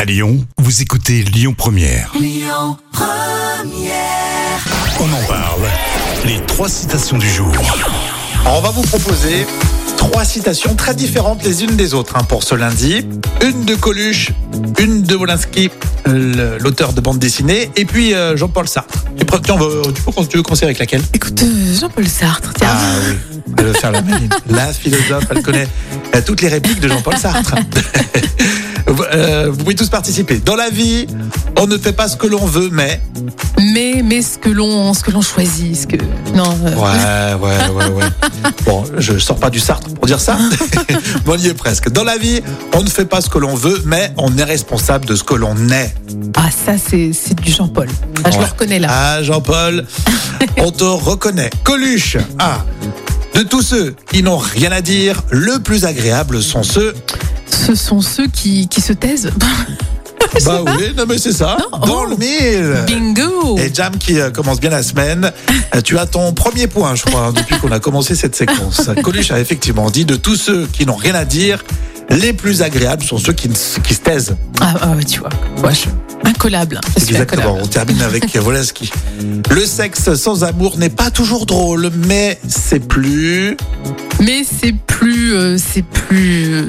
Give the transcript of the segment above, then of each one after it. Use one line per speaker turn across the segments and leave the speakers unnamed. À Lyon, vous écoutez Lyon Première. On en parle. Les trois citations du jour.
Alors, on va vous proposer trois citations très différentes les unes des autres hein, pour ce lundi. Une de Coluche, une de Wolinski, le- l'auteur de bande dessinée, et puis euh, Jean-Paul Sartre. Tu, pr- tiens, on va- tu, peux- tu veux commencer avec laquelle
Écoute, euh, Jean-Paul Sartre, tiens.
Ah oui, elle veut faire la maline. La philosophe, elle connaît euh, toutes les répliques de Jean-Paul Sartre. Vous euh, vous pouvez tous participer. Dans la vie, on ne fait pas ce que l'on veut, mais... Ah.
Mais, mais ce que l'on, ce que l'on choisit, ce que non. euh,
Ouais, ouais, ouais, ouais. Bon, je sors pas du Sartre pour dire ça. bon, on y est presque. Dans la vie, on ne fait pas ce que l'on veut, mais on est responsable de ce que l'on est.
Ah ça, c'est c'est du Jean-Paul. Ah, je
Ouais.
le reconnais là.
Ah, Jean-Paul, on te reconnaît. Coluche, ah. De tous ceux qui n'ont rien à dire, le plus agréable sont ceux.
Ce sont ceux qui, qui se taisent.
Bah oui, non mais c'est ça. Dans
oh.
le mille.
Bingo.
Euh, Et Jam qui euh, commence bien la semaine. Euh, Tu as ton premier point, je crois, hein, depuis qu'on a commencé cette séquence. Coluche a effectivement dit de tous ceux qui n'ont rien à dire, les plus agréables sont ceux qui, ne s- qui se taisent.
Ah, ah ouais, tu vois. Ouais, je- Incollable. Je suis
Exactement.
incollable.
On termine avec Volaski. Le sexe sans amour n'est pas toujours drôle, mais c'est plus.
Mais c'est plus, euh, c'est plus euh,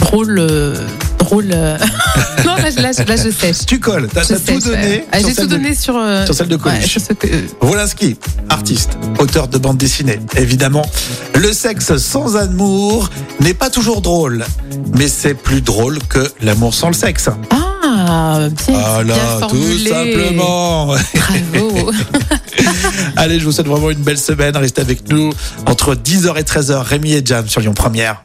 drôle, euh, drôle. euh. non là, je- là, je- là, je sèche.
Tu colles. T'as
Je
t'as tout
sèche,
donné.
ouais. Ah,
sur
J'ai tout
celle de-
donné sur. euh,
sur celle de
ouais,
Coluche.
sur ce que- euh,
Wolinski, artiste, auteur de bande dessinée, évidemment. Le sexe sans amour n'est pas toujours drôle, mais c'est plus drôle que l'amour sans le sexe.
Ah, bien, bien
tout
formulé.
simplement.
Bravo.
Allez, je vous souhaite vraiment une belle semaine. Restez avec nous entre 10h et 13h. Rémi et Jam sur Lyon Première.